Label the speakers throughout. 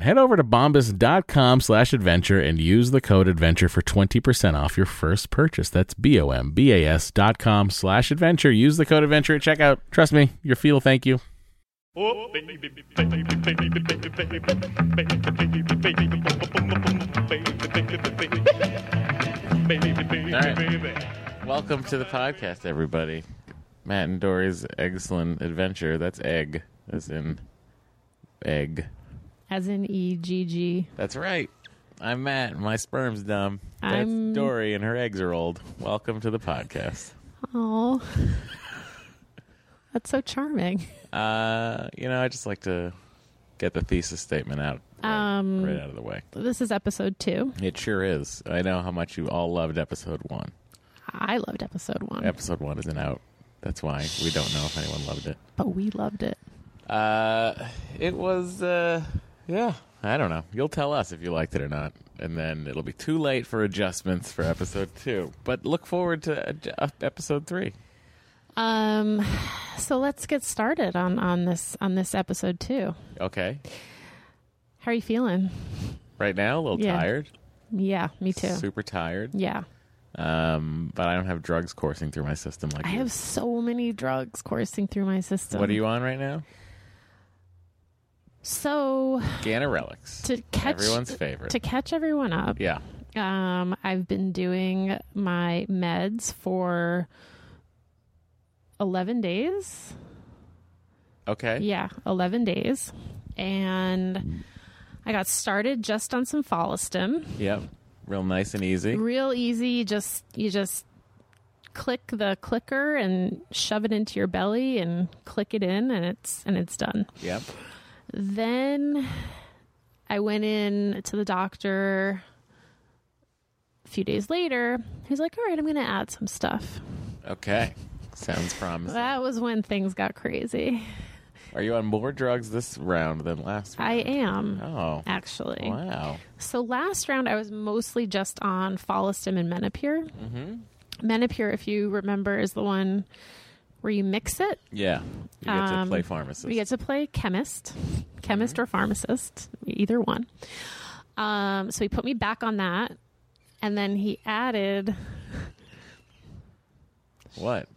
Speaker 1: Head over to bombas.com slash adventure and use the code adventure for 20% off your first purchase. That's B O M B A S dot com slash adventure. Use the code adventure at checkout. Trust me, your feel thank you.
Speaker 2: Oh, baby, baby, baby, baby, baby, baby, baby, baby, baby, baby, baby.
Speaker 1: Welcome to the podcast, everybody. Matt and Dory's excellent adventure. That's egg, as in egg.
Speaker 3: As in E G G.
Speaker 1: That's right. I'm Matt. and My sperm's dumb. That's
Speaker 3: I'm-
Speaker 1: Dory, and her eggs are old. Welcome to the podcast.
Speaker 3: Oh. That's so charming.
Speaker 1: Uh, you know, I just like to get the thesis statement out right,
Speaker 3: Um,
Speaker 1: right out of the way.
Speaker 3: This is episode two.
Speaker 1: It sure is. I know how much you all loved episode one.
Speaker 3: I loved episode one,
Speaker 1: Episode one isn't out. That's why we don't know if anyone loved it.
Speaker 3: but we loved it.
Speaker 1: Uh, it was, uh, yeah, I don't know. You'll tell us if you liked it or not. And then it'll be too late for adjustments for episode two. But look forward to adj- uh, episode three.
Speaker 3: Um, so let's get started on on this on this episode two.
Speaker 1: Okay.
Speaker 3: How are you feeling?
Speaker 1: Right now, a little
Speaker 3: Yeah.
Speaker 1: tired.
Speaker 3: Yeah, me too.
Speaker 1: Super tired.
Speaker 3: Yeah,
Speaker 1: Um, but I don't have drugs coursing through my system like
Speaker 3: I
Speaker 1: you.
Speaker 3: have so many drugs coursing through my system.
Speaker 1: What are you on right now?
Speaker 3: So
Speaker 1: Ganarelix.
Speaker 3: to catch
Speaker 1: Everyone's favorite.
Speaker 3: to catch everyone up.
Speaker 1: yeah.
Speaker 3: Um, I've been doing my meds for 11 days.
Speaker 1: Okay.
Speaker 3: Yeah, 11 days. And I got started just on some Follistim.
Speaker 1: Yep. Real nice and easy.
Speaker 3: Real easy, just you just click the clicker and shove it into your belly and click it in and it's and it's done.
Speaker 1: Yep.
Speaker 3: Then I went in to the doctor a few days later. He's like, "All right, I'm going to add some stuff."
Speaker 1: Okay. Sounds promising.
Speaker 3: That was when things got crazy.
Speaker 1: Are you on more drugs this round than last
Speaker 3: I am
Speaker 1: Oh.
Speaker 3: actually.
Speaker 1: Wow.
Speaker 3: So last round I was mostly just on Follistim and Menopur. Mm-hmm. Menopur, if you remember, is the one where you mix it.
Speaker 4: Yeah. You get to
Speaker 3: Um,
Speaker 4: play pharmacist.
Speaker 3: We get to play chemist, chemist
Speaker 4: Mm-hmm.
Speaker 3: or pharmacist, either one. Um, so he put me back on that, and then he added
Speaker 4: what?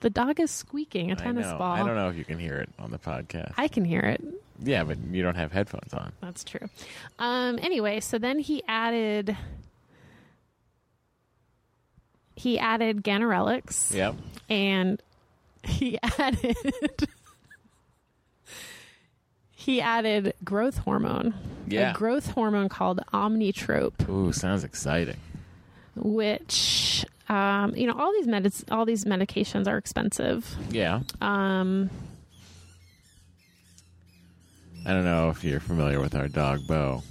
Speaker 3: the dog is squeaking a
Speaker 4: I
Speaker 3: tennis
Speaker 4: know.
Speaker 3: ball.
Speaker 4: I don't know if you can hear it on the podcast.
Speaker 3: I can hear it.
Speaker 4: yeah, but you don't have headphones on.
Speaker 3: That's true. Um, anyway, so then he added he added Ganarelix
Speaker 4: Yep.
Speaker 3: and he added he added growth hormone.
Speaker 4: Yeah.
Speaker 3: A growth hormone called Omnitrope,
Speaker 4: Ooh, sounds exciting.
Speaker 3: which um, you know, all these medic- all these medications are expensive.
Speaker 4: Yeah.
Speaker 3: Um,
Speaker 4: I don't know if you're familiar with our dog Bo,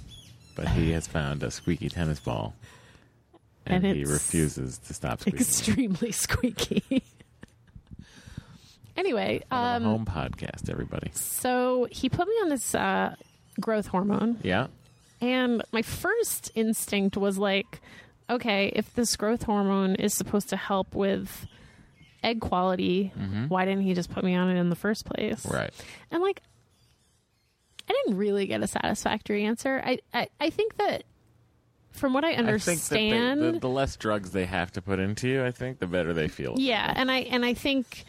Speaker 4: but he has found a squeaky tennis ball, and,
Speaker 3: And
Speaker 4: he
Speaker 3: it's
Speaker 4: refuses to stop squeaking.
Speaker 3: extremely squeaky. anyway,
Speaker 4: On
Speaker 3: um,
Speaker 4: a home podcast, everybody.
Speaker 3: So he put me on this uh, growth hormone,
Speaker 4: Yeah.
Speaker 3: and my first instinct was like, okay, if this growth hormone is supposed to help with egg quality, why didn't he just put me on it in the first place?
Speaker 4: Mm-hmm. Right.
Speaker 3: And like, I didn't really get a satisfactory answer. I, I, I think that from what I understand,
Speaker 4: I think that they, the, the less drugs they have to put into you, I think the better they feel.
Speaker 3: Yeah, and I and I think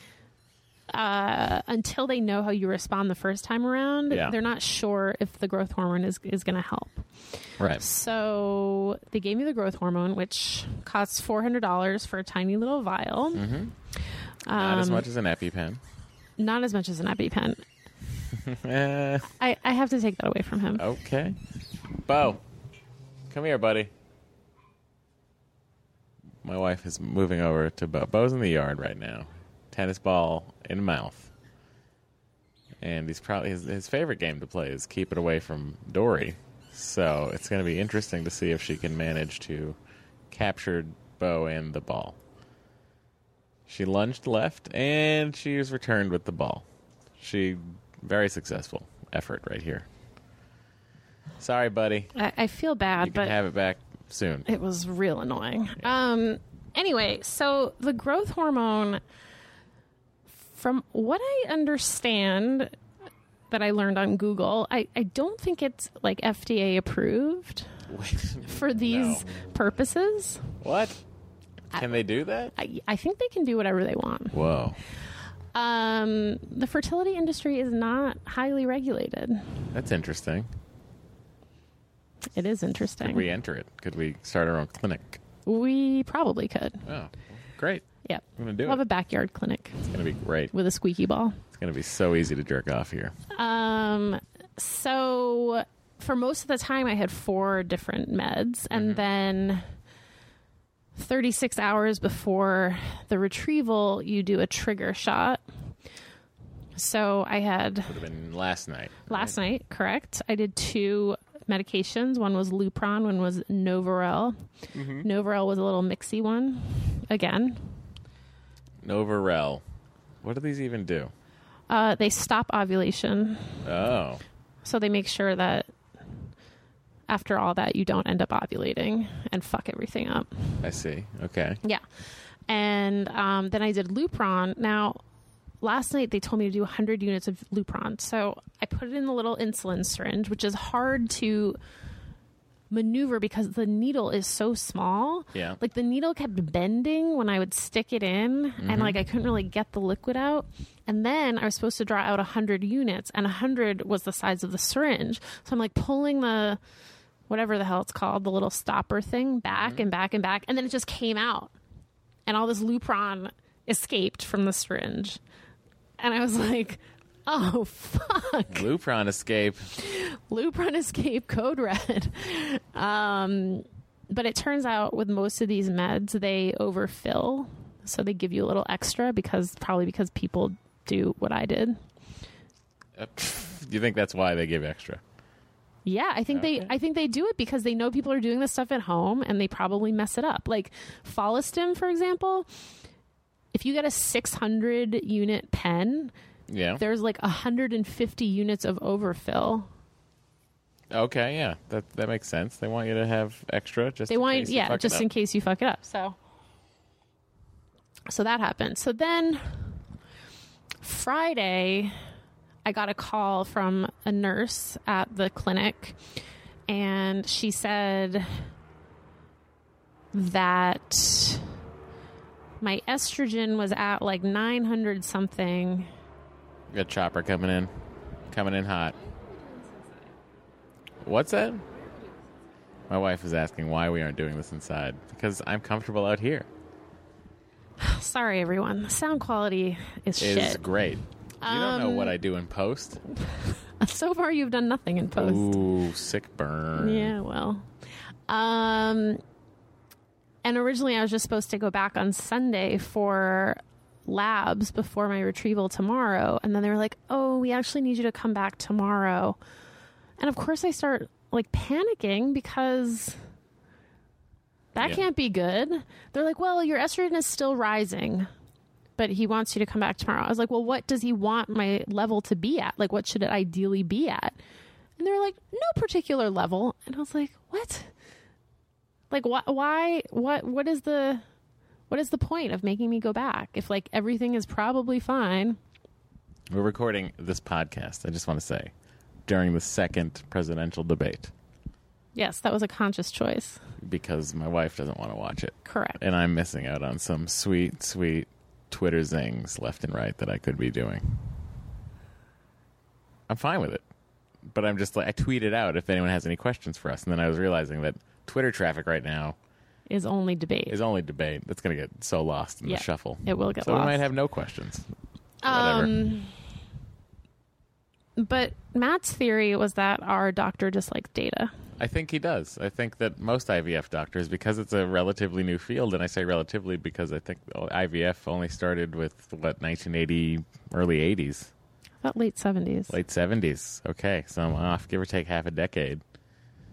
Speaker 3: uh, until they know how you respond the first time around,
Speaker 4: Yeah.
Speaker 3: they're not sure if the growth hormone is is going to help.
Speaker 4: Right.
Speaker 3: So they gave me the growth hormone, which costs four hundred dollars for a tiny little vial,
Speaker 4: Mm-hmm.
Speaker 3: Um,
Speaker 4: Not as much as an EpiPen.
Speaker 3: not as much as an EpiPen. I, I have to take that away from
Speaker 4: Oh.
Speaker 3: him.
Speaker 4: Okay. Bo, come here, buddy. My wife is moving over to Bo. Bo's in the yard right now, tennis ball in mouth, and he's probably his, his favorite game to play is keep it away from Dory. So it's going to be interesting to see if she can manage to capture Bo and the ball. She lunged left, and she was returned with the ball. She very successful effort right here. Sorry, buddy.
Speaker 3: I, I feel bad,
Speaker 4: You can
Speaker 3: Uh, but
Speaker 4: have it back soon.
Speaker 3: it was real annoying. Um anyway, so the growth hormone from what I understand that I learned on Google, I, I don't think it's like FDA approved for these purposes.
Speaker 4: what? Can they do that?
Speaker 3: I, I think they can do whatever they want.
Speaker 4: Whoa.
Speaker 3: Um, the fertility industry is not highly regulated.
Speaker 4: That's interesting.
Speaker 3: It is
Speaker 4: Could
Speaker 3: interesting.
Speaker 4: we enter it? Could we start our own clinic?
Speaker 3: We probably could.
Speaker 4: Oh, great.
Speaker 3: Yep.
Speaker 4: I'm going to do
Speaker 3: We'll have
Speaker 4: it.
Speaker 3: a backyard clinic
Speaker 4: It's going to be great.
Speaker 3: with a squeaky ball.
Speaker 4: It's going to be so easy to jerk off here.
Speaker 3: Um, so for most of the time, I had four different meds, and then 36 hours before the retrieval, you do a trigger shot. So I had
Speaker 4: Would have been last night.
Speaker 3: last night, correct? I did two medications. One was Lupron, one was Novarel. Novarel was a little mixy one. Again,
Speaker 4: Novarel. What do these even do?
Speaker 3: uh, they stop ovulation.
Speaker 4: Oh.
Speaker 3: So they make sure that after all that, you don't end up ovulating and fuck everything up.
Speaker 4: I see. Okay.
Speaker 3: Yeah. And um, then I did Lupron. Now, last night they told me to do 100 units of Lupron. So I put it in the little insulin syringe, which is hard to maneuver because the needle is so small.
Speaker 4: Yeah.
Speaker 3: Like the needle kept bending when I would stick it in, and like I couldn't really get the liquid out. And then I was supposed to draw out 100 units, and 100 was the size of the syringe. So I'm like pulling the whatever the hell it's called, the little stopper thing back and back and back. And then it just came out. And all this Lupron escaped from the syringe. And I was like, oh, fuck.
Speaker 4: Lupron escape.
Speaker 3: Lupron escape code red. Um, but it turns out with most of these meds, they overfill. So they give you a little extra because probably because people do what I did.
Speaker 4: Uh, pff, you think that's why they give extra?
Speaker 3: Yeah, I think they I think they do it because they know people are doing this stuff at home and they probably mess it up. Like Follistim, for example, if you get a 600 unit pen,
Speaker 4: Yeah.
Speaker 3: there's like 150 units of overfill.
Speaker 4: Okay, yeah. That that makes sense. They want you to have extra just
Speaker 3: They
Speaker 4: in
Speaker 3: want
Speaker 4: case you
Speaker 3: yeah,
Speaker 4: fuck it
Speaker 3: just
Speaker 4: up.
Speaker 3: in case you fuck it up. So So that happened. So then Friday, I got a call from a nurse at the clinic, and she said that my estrogen was at like 900 something.
Speaker 4: Got Chopper coming in, coming in hot. What's that? My wife is asking why we aren't doing this inside because I'm comfortable out here.
Speaker 3: Sorry, everyone. The sound quality
Speaker 4: It's
Speaker 3: is shit. Um,
Speaker 4: great. You don't know what I do in post.
Speaker 3: So far, you've done nothing in post.
Speaker 4: Ooh, sick burn.
Speaker 3: Yeah, well. Um and originally I was just supposed to go back on Sunday for labs before my retrieval tomorrow and then they were like, "Oh, we actually need you to come back tomorrow." And of course I start like panicking because that
Speaker 4: Yeah.
Speaker 3: can't be good. They're like, "Well, your estrogen is still rising." But he wants you to come back tomorrow. I was like, well, what does he want my level to be at? Like, what should it ideally be at? And they were like, no particular level. And I was like, what? Like, wh- why? What? What is the? What is the point of making me go back if like everything is probably fine?
Speaker 4: We're recording this podcast, I just want to say, during the second presidential debate
Speaker 3: Yes, that was a conscious choice.
Speaker 4: because my wife doesn't want to watch it.
Speaker 3: Correct.
Speaker 4: And I'm missing out on some sweet, sweet Twitter zings left and right that I could be doing. I'm fine with it. But I'm just like, I tweeted out if anyone has any questions for us. And then I was realizing that Twitter traffic right now
Speaker 3: Is only debate.
Speaker 4: is only debate. That's going to get so lost in
Speaker 3: Yeah,
Speaker 4: the shuffle.
Speaker 3: it will get
Speaker 4: so
Speaker 3: lost.
Speaker 4: we might have no questions. Whatever.
Speaker 3: um. But Matt's theory was that our doctor just likes data.
Speaker 4: I think he does. I think that most IVF doctors, because it's a relatively new field, and I say relatively because I think IVF only started with what 1980, early 80s,
Speaker 3: About late seventies.
Speaker 4: late 70s. Okay, so I'm off, give or take half a decade.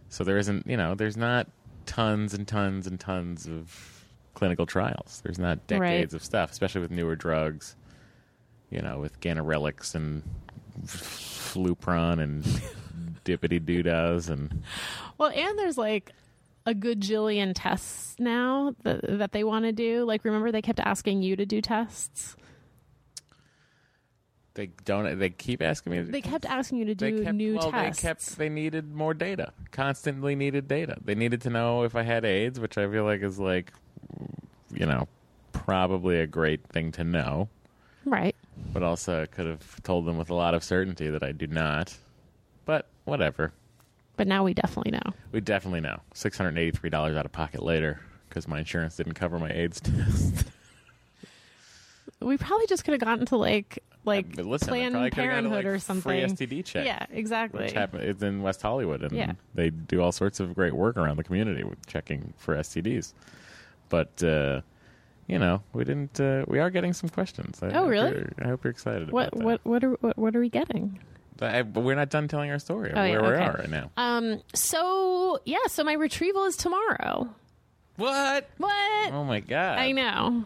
Speaker 4: So there isn't, you know, there's not tons and tons and tons of clinical trials. There's not
Speaker 3: Right.
Speaker 4: decades of stuff, especially with newer drugs. You know, with ganirelix and flupron and dippity doodas and
Speaker 3: Well, and there's like a good jillion tests now that, that they want to do. Like, remember they kept asking you to do tests?
Speaker 4: They don't. They keep asking me. to-
Speaker 3: They kept asking you to
Speaker 4: they
Speaker 3: do new
Speaker 4: well,
Speaker 3: tests.
Speaker 4: They kept. They needed more data. Constantly needed data. They needed to know if I had AIDS, which I feel like is like, you know, probably a great thing to know.
Speaker 3: right.
Speaker 4: But also, I could have told them with a lot of certainty that I do not. But whatever.
Speaker 3: But now we definitely know.
Speaker 4: We definitely know. Six hundred eighty-three dollars out of pocket later because my insurance didn't cover my AIDS test.
Speaker 3: We probably just could have gotten to like like
Speaker 4: but listen, I probably
Speaker 3: Planned
Speaker 4: could've gotten,
Speaker 3: Parenthood
Speaker 4: like,
Speaker 3: or
Speaker 4: free
Speaker 3: something.
Speaker 4: STD check.
Speaker 3: Yeah, exactly.
Speaker 4: which happen, it's in West Hollywood, and
Speaker 3: Yeah.
Speaker 4: they do all sorts of great work around the community with checking for STDs. But uh, you know, we didn't. Uh, we are getting some questions. I
Speaker 3: Oh,
Speaker 4: hope
Speaker 3: really?
Speaker 4: you're- I hope you're excited
Speaker 3: What
Speaker 4: about that.
Speaker 3: what what are what, what are we getting?
Speaker 4: I, but we're not done telling our story of
Speaker 3: Oh, yeah,
Speaker 4: where we
Speaker 3: okay.
Speaker 4: are right now.
Speaker 3: Um. So yeah. So my retrieval is tomorrow.
Speaker 4: what?
Speaker 3: What?
Speaker 4: Oh my god!
Speaker 3: I know.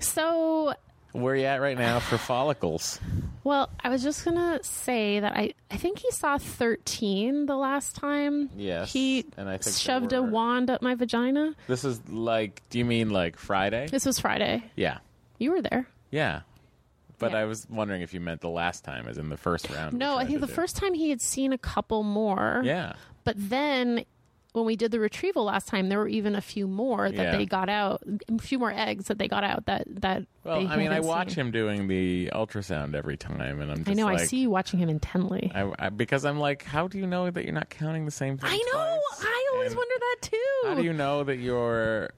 Speaker 3: So
Speaker 4: Where you at right now for follicles?
Speaker 3: Well, I was just gonna say that I, I think he saw thirteen the last time.
Speaker 4: Yes,
Speaker 3: he
Speaker 4: and I think that
Speaker 3: shoved a
Speaker 4: we're-
Speaker 3: wand up my vagina.
Speaker 4: This is like. Do you mean like Friday?
Speaker 3: This was Friday.
Speaker 4: Yeah,
Speaker 3: You were there.
Speaker 4: yeah. But
Speaker 3: Yeah.
Speaker 4: I was wondering if you meant the last time, as in the first round. we
Speaker 3: No, I
Speaker 4: tried
Speaker 3: think
Speaker 4: to
Speaker 3: the
Speaker 4: do.
Speaker 3: first time he had seen a couple more.
Speaker 4: Yeah.
Speaker 3: But then when we did the retrieval last time, there were even a few more that
Speaker 4: Yeah.
Speaker 3: they got out, a few more eggs that they got out. That that.
Speaker 4: Well,
Speaker 3: they
Speaker 4: I mean, I
Speaker 3: hadn't
Speaker 4: watch
Speaker 3: seen.
Speaker 4: him doing the ultrasound every time, and I'm just
Speaker 3: I know.
Speaker 4: Like,
Speaker 3: I see you watching him intently. I,
Speaker 4: I, I- because I'm like, how do you know that you're not counting the same thing?
Speaker 3: know.
Speaker 4: twice?
Speaker 3: I always
Speaker 4: And
Speaker 3: wonder that too.
Speaker 4: How do you know that you're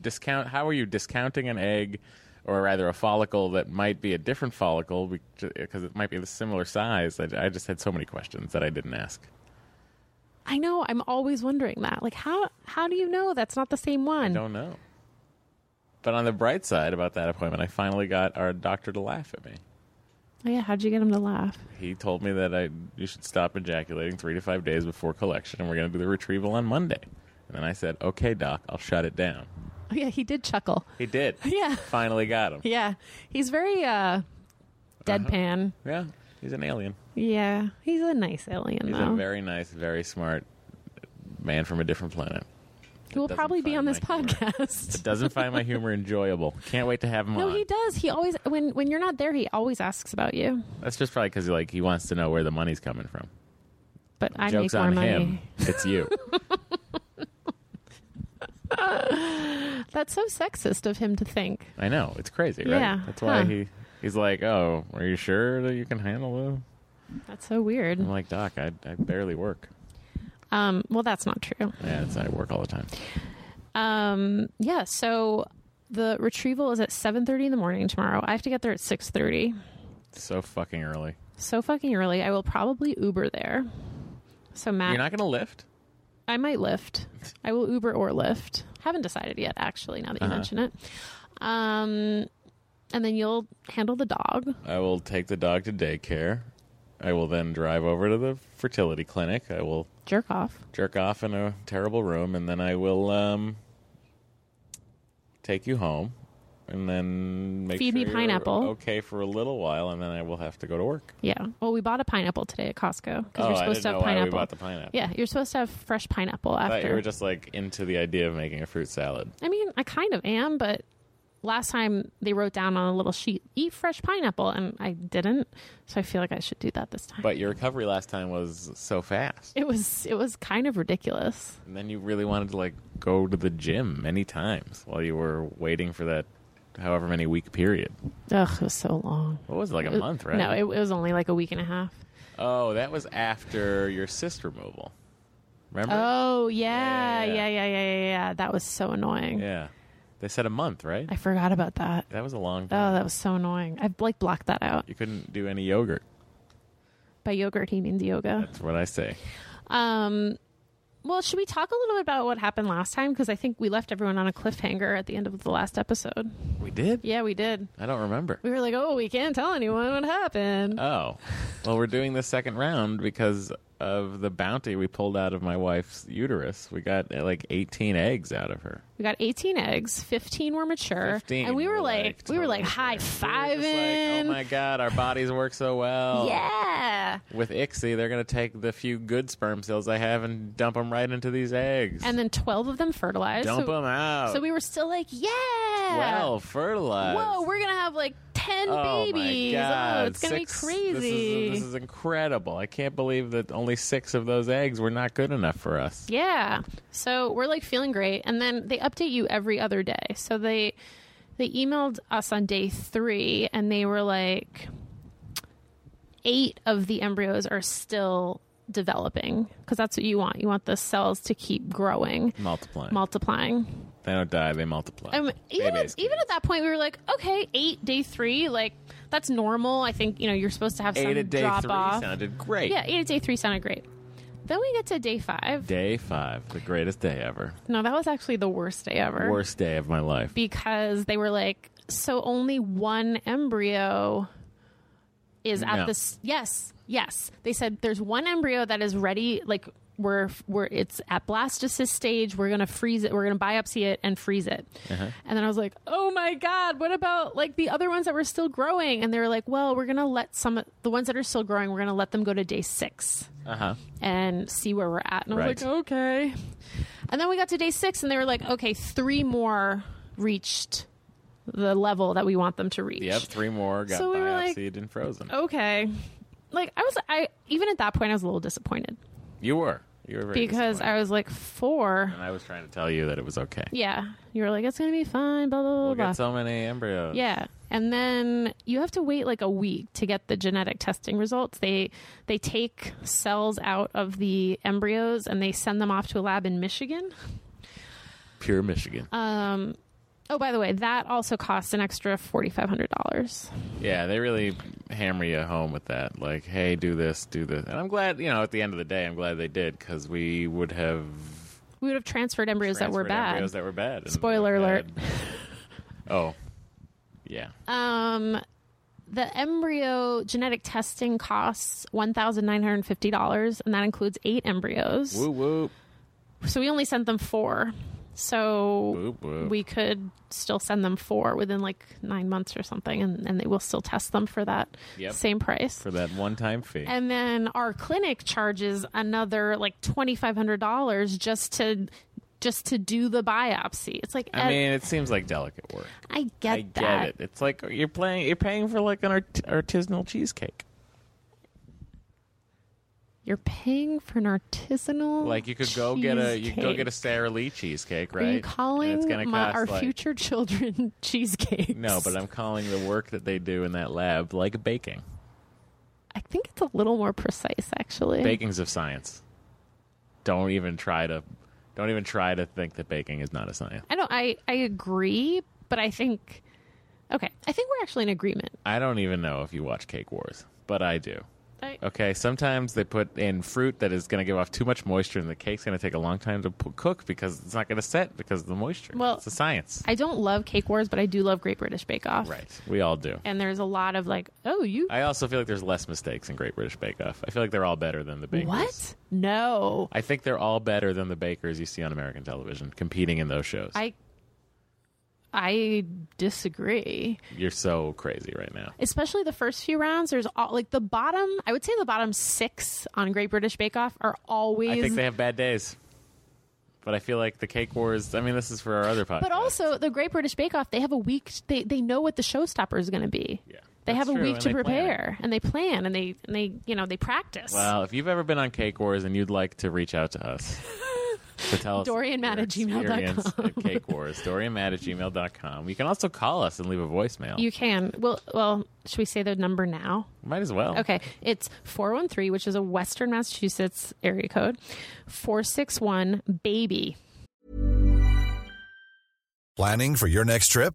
Speaker 4: discount? How are you discounting an egg, or rather a follicle that might be a different follicle because it might be the similar size? I, I just had so many questions that I didn't ask.
Speaker 3: I know. I'm always wondering that. Like, how how do you know that's not the same
Speaker 4: I
Speaker 3: one?
Speaker 4: don't know. But on the bright side about that appointment, I finally got our doctor to laugh at me.
Speaker 3: Oh yeah, how'd you get him to laugh?
Speaker 4: He told me that I you should stop ejaculating three to five days before collection, and we're going to do the retrieval on Monday. And then I said, "Okay, doc, I'll shut it down."
Speaker 3: Oh yeah, he did chuckle.
Speaker 4: He did.
Speaker 3: Yeah,
Speaker 4: Finally got him.
Speaker 3: yeah. He's very
Speaker 4: Uh-huh.
Speaker 3: uh, deadpan.
Speaker 4: Yeah, he's an alien.
Speaker 3: Yeah, he's a nice alien
Speaker 4: He's
Speaker 3: though.
Speaker 4: a very nice, very smart man from a different planet.
Speaker 3: who will
Speaker 4: doesn't
Speaker 3: probably be
Speaker 4: find
Speaker 3: on this
Speaker 4: my humor.
Speaker 3: podcast.
Speaker 4: Doesn't find my humor enjoyable. Can't wait to have him
Speaker 3: No,
Speaker 4: on.
Speaker 3: he does. He always when when you're not there, he always asks about you.
Speaker 4: That's just probably because like he wants to know where the money's coming from.
Speaker 3: But I
Speaker 4: Jokes
Speaker 3: make more
Speaker 4: on
Speaker 3: money.
Speaker 4: him. It's you.
Speaker 3: That's so sexist of him to think.
Speaker 4: I know. It's crazy, right?
Speaker 3: Yeah,
Speaker 4: That's why
Speaker 3: huh.
Speaker 4: he he's like, "Oh, are you sure that you can handle it?"
Speaker 3: That's so weird.
Speaker 4: I'm like, "Doc, I I barely work.
Speaker 3: Um, well, that's not true.
Speaker 4: Yeah, it's, I work all the time."
Speaker 3: Um, yeah. So the retrieval is at 7:30 in the morning tomorrow. I have to get there at 6:30.
Speaker 4: It's so fucking early.
Speaker 3: So fucking early. I will probably Uber there. So Matt,
Speaker 4: You're not gonna lift.
Speaker 3: I might Lyft. I will Uber or Lyft. Haven't decided yet, actually. Now that you
Speaker 4: Uh-huh.
Speaker 3: mention it. Um, and then you'll handle the dog.
Speaker 4: I will take the dog to daycare. I will then drive over to the fertility clinic. I will
Speaker 3: Jerk off.
Speaker 4: jerk off in a terrible room, and then I will um, take you home, and then make
Speaker 3: Feed me
Speaker 4: sure you're
Speaker 3: pineapple.
Speaker 4: Okay, for a little while, and then I will have to go to work.
Speaker 3: Yeah. Well, we bought a pineapple today at Costco because
Speaker 4: oh,
Speaker 3: you're
Speaker 4: I didn't
Speaker 3: supposed
Speaker 4: know
Speaker 3: to have
Speaker 4: why we
Speaker 3: pineapple.
Speaker 4: bought the pineapple.
Speaker 3: yeah, you're supposed to have fresh pineapple
Speaker 4: I thought you
Speaker 3: after.
Speaker 4: were just like into the idea of making a fruit salad.
Speaker 3: I mean, I kind of am, but last time they wrote down on a little sheet, eat fresh pineapple, and I didn't. So I feel like I should do that this time.
Speaker 4: But your recovery last time was so fast,
Speaker 3: it was it was kind of ridiculous.
Speaker 4: and then you really wanted to like go to the gym many times while you were waiting for that, however many week period.
Speaker 3: Ugh, it was so long.
Speaker 4: What was it, like a month, right?
Speaker 3: Uh, No, it, it was only like a week and a half.
Speaker 4: Oh, that was after your cyst removal. Remember?
Speaker 3: Oh yeah,
Speaker 4: Yeah, yeah,
Speaker 3: yeah, yeah, yeah, yeah, yeah. That was so annoying.
Speaker 4: Yeah. They said a month, right?
Speaker 3: Oh. I forgot about that.
Speaker 4: That was a long time.
Speaker 3: Oh, that was so annoying. I've like blocked that out.
Speaker 4: You couldn't do any yogurt.
Speaker 3: By yogurt, he means yoga.
Speaker 4: That's what I say.
Speaker 3: Um, well, should we talk a little bit about what happened last time? Because I think we left everyone on a cliffhanger at the end of the last episode.
Speaker 4: We did?
Speaker 3: Yeah, we did.
Speaker 4: I don't remember.
Speaker 3: We were like, oh, we can't tell anyone what happened.
Speaker 4: Oh. Well, we're doing the second round because of the bounty we pulled out of my wife's uterus. We got uh, like 18 eggs out of her.
Speaker 3: we got 18 eggs, 15 were mature,
Speaker 4: 15.
Speaker 3: and we were like, we were
Speaker 4: totally
Speaker 3: like
Speaker 4: sure.
Speaker 3: high
Speaker 4: We were just like,
Speaker 3: fiving.
Speaker 4: oh my God, our bodies work so well.
Speaker 3: yeah.
Speaker 4: With ICSI, they're going to take the few good sperm cells I have and dump them right into these eggs.
Speaker 3: And then 12 of them fertilized.
Speaker 4: dump
Speaker 3: so,
Speaker 4: them out.
Speaker 3: so we were still like, yeah.
Speaker 4: well fertilized.
Speaker 3: Whoa, we're going to have like 10
Speaker 4: oh
Speaker 3: babies.
Speaker 4: My God.
Speaker 3: Oh, it's going to be
Speaker 4: Six- This
Speaker 3: crazy.
Speaker 4: is, this is incredible. I can't believe that only six of those eggs were not good enough for us.
Speaker 3: Yeah. So we're like feeling great. And then they update you every other day. So they they emailed us on day three and they were like eight of the embryos are still developing because that's what you want. You want the cells to keep growing,
Speaker 4: Multiplying.
Speaker 3: multiplying.
Speaker 4: they don't die. They multiply.
Speaker 3: Um, even
Speaker 4: Baby
Speaker 3: at,
Speaker 4: is cute.
Speaker 3: even at that point, we were like, okay, eight day three, like that's normal. I think you know you're supposed to have some
Speaker 4: Eight at day
Speaker 3: drop
Speaker 4: three
Speaker 3: off.
Speaker 4: sounded great.
Speaker 3: yeah, eight at day three sounded great. Then we get to day five.
Speaker 4: Day five, the greatest day ever.
Speaker 3: No, that was actually the worst day ever.
Speaker 4: Worst day of my life.
Speaker 3: because they were like, so only one embryo is
Speaker 4: No.
Speaker 3: at this. Yes, yes. They said there's one embryo that is ready. Like we're we're it's at blastocyst stage. We're gonna freeze it. We're gonna biopsy it and freeze it. And then I was like, oh my god, what about like the other ones that were still growing? And they were like, well, we're gonna let some the ones that are still growing. We're gonna let them go to day six
Speaker 4: Uh huh.
Speaker 3: and see where we're at. And I was
Speaker 4: Right.
Speaker 3: like, okay. And then we got to day six, and they were like, okay, three more reached the level that we want them to reach.
Speaker 4: Yep. Three more got
Speaker 3: So we were like-
Speaker 4: biopsied and frozen.
Speaker 3: Okay. Like I was, I even at that point, I was a little disappointed
Speaker 4: You were. You were very
Speaker 3: because
Speaker 4: disappointed.
Speaker 3: I was like four.
Speaker 4: And I was trying to tell you that it was okay.
Speaker 3: Yeah, you were like, it's gonna be fine. Blah blah blah.
Speaker 4: We'll
Speaker 3: blah.
Speaker 4: get so many embryos.
Speaker 3: Yeah. And then you have to wait like a week to get the genetic testing results. They they take cells out of the embryos and they send them off to a lab in Michigan.
Speaker 4: Pure Michigan.
Speaker 3: Um oh by the way, that also costs an extra forty five hundred dollars.
Speaker 4: Yeah, they really hammer you home with that. Like, hey, do this, do this. And I'm glad, you know, at the end of the day, I'm glad they did because we would have
Speaker 3: We would have transferred embryos that were
Speaker 4: transferred
Speaker 3: bad.
Speaker 4: Embryos that were bad. and
Speaker 3: Spoiler
Speaker 4: we've
Speaker 3: alert.
Speaker 4: had- oh, yeah.
Speaker 3: Um the embryo genetic testing costs one thousand nine hundred and fifty dollars, and that includes eight embryos.
Speaker 4: Woo woo.
Speaker 3: So we only sent them four. So
Speaker 4: Whoop, whoop.
Speaker 3: we could still send them four within like nine months or something, and, and they will still test them for that
Speaker 4: Yep.
Speaker 3: same price.
Speaker 4: For that one time fee.
Speaker 3: and then our clinic charges another like $2,500 just to just to do the biopsy. It's like
Speaker 4: I mean, it seems like delicate work.
Speaker 3: I get
Speaker 4: I get
Speaker 3: that.
Speaker 4: it. It's like uh, you're playing, you're paying for like an art- artisanal cheesecake.
Speaker 3: You're paying for an artisanal.
Speaker 4: Like you could go get a, you could go get a
Speaker 3: cheesecake.
Speaker 4: Sara Lee cheesecake, right?
Speaker 3: Are you
Speaker 4: And it's
Speaker 3: calling
Speaker 4: gonna
Speaker 3: my,
Speaker 4: cost,
Speaker 3: our
Speaker 4: like-
Speaker 3: future children cheesecakes?
Speaker 4: No, but uh, I'm calling the work that they do in that lab like baking.
Speaker 3: I think it's a little more precise, actually.
Speaker 4: Baking's of science. Don't even try to, don't even try to think that baking is not a science.
Speaker 3: I don't. I I agree, but I think. Okay, I think we're actually in agreement.
Speaker 4: I don't even know if you watch Cake Wars, but I do.
Speaker 3: I,
Speaker 4: Okay, sometimes they put in fruit that is going to give off too much moisture, and the cake's going to take a long time to p- cook because it's not going to set because of the moisture.
Speaker 3: Well-
Speaker 4: it's a science,
Speaker 3: I don't love Cake Wars, but I do love Great British Bake Off.
Speaker 4: right? We all do.
Speaker 3: And there's a lot of like, oh, you
Speaker 4: I also feel like there's less mistakes in Great British Bake Off. I feel like they're all better than the bakers.
Speaker 3: what? No,
Speaker 4: I think they're all better than the bakers you see on American television competing in those shows.
Speaker 3: I I disagree.
Speaker 4: You're so crazy right now.
Speaker 3: especially the first few rounds there's all like the bottom i would say the bottom six on great british bake off are always
Speaker 4: I think they have bad days, but I feel like the Cake Wars. I mean, this is for our other podcast.
Speaker 3: but also the great british bake off they have a week they, they know what the showstopper is going to be
Speaker 4: Yeah,
Speaker 3: they
Speaker 4: that's
Speaker 3: have a
Speaker 4: true,
Speaker 3: week
Speaker 4: and
Speaker 3: to
Speaker 4: they plan it.
Speaker 3: prepare and they plan and they and they you know they practice
Speaker 4: Well, if you've ever been on Cake Wars and you'd like to reach out to us to tell us
Speaker 3: Dory and Matt
Speaker 4: your
Speaker 3: at gmail.com.
Speaker 4: experience at Cake Wars, Dorianmatt at gmail.com. You can also call us and leave a voicemail.
Speaker 3: you can well well should we say the number now
Speaker 4: Might as well.
Speaker 3: okay it's 413 which is a western massachusetts area code 461 baby
Speaker 5: Planning for your next trip?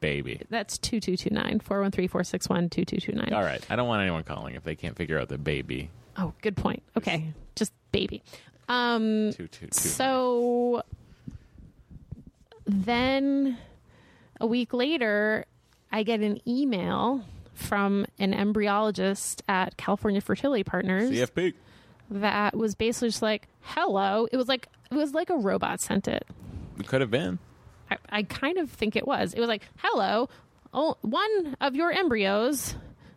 Speaker 4: baby.
Speaker 3: That's two two two nine. Four one three four six one two two two nine.
Speaker 4: All right. I don't want anyone calling if they can't figure out the baby.
Speaker 3: Oh, good point. Okay, just baby. Um,
Speaker 4: Two, two, two.
Speaker 3: so then a week later, I get an email from an embryologist at California Fertility Partners
Speaker 4: CFP.
Speaker 3: that was basically just like, "Hello." It was like it was like a robot sent it.
Speaker 4: It could have been.
Speaker 3: I, I kind of think it was. It was like, hello, oh, one of your embryos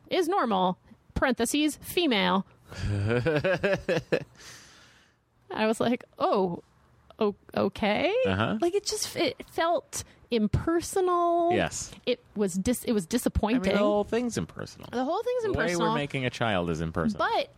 Speaker 3: is normal, parentheses, female. I was like, oh, o- okay.
Speaker 4: Uh-huh.
Speaker 3: Like it just it felt impersonal.
Speaker 4: Yes.
Speaker 3: It was dis- it was
Speaker 4: I mean,
Speaker 3: disappointing.
Speaker 4: the whole thing's impersonal.
Speaker 3: the whole thing's
Speaker 4: The way
Speaker 3: impersonal.
Speaker 4: we're making a child is impersonal.
Speaker 3: but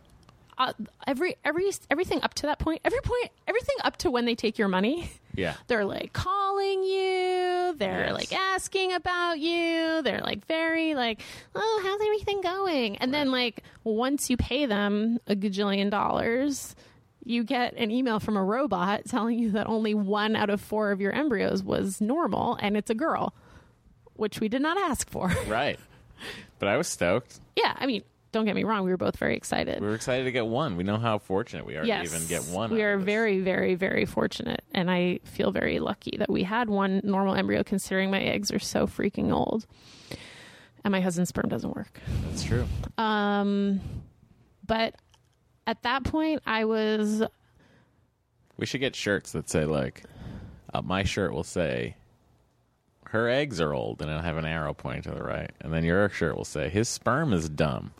Speaker 3: uh, every every everything up to that point, every point, everything up to when they take your money
Speaker 4: yeah.
Speaker 3: they're like calling you they're
Speaker 4: Yes.
Speaker 3: like asking about you they're like very like oh how's everything going and then like once you pay them a gajillion dollars you get an email from a robot telling you that only one out of four of your embryos was normal and it's a girl which we did not ask for
Speaker 4: Right. But I was stoked.
Speaker 3: yeah i mean don't get me wrong we were both very excited
Speaker 4: We were excited to get one. We know how fortunate we are
Speaker 3: yes,
Speaker 4: to even get one.
Speaker 3: We
Speaker 4: out
Speaker 3: are
Speaker 4: of this.
Speaker 3: very, very, very fortunate, and I feel very lucky that we had one normal embryo. Considering my eggs are so freaking old, and my husband's sperm doesn't work.
Speaker 4: That's true.
Speaker 3: Um, but at that point, I was
Speaker 4: We should get shirts that say like, uh, my shirt will say, her eggs are old, and it'll have an arrow pointing to the right, and then your shirt will say, his sperm is dumb,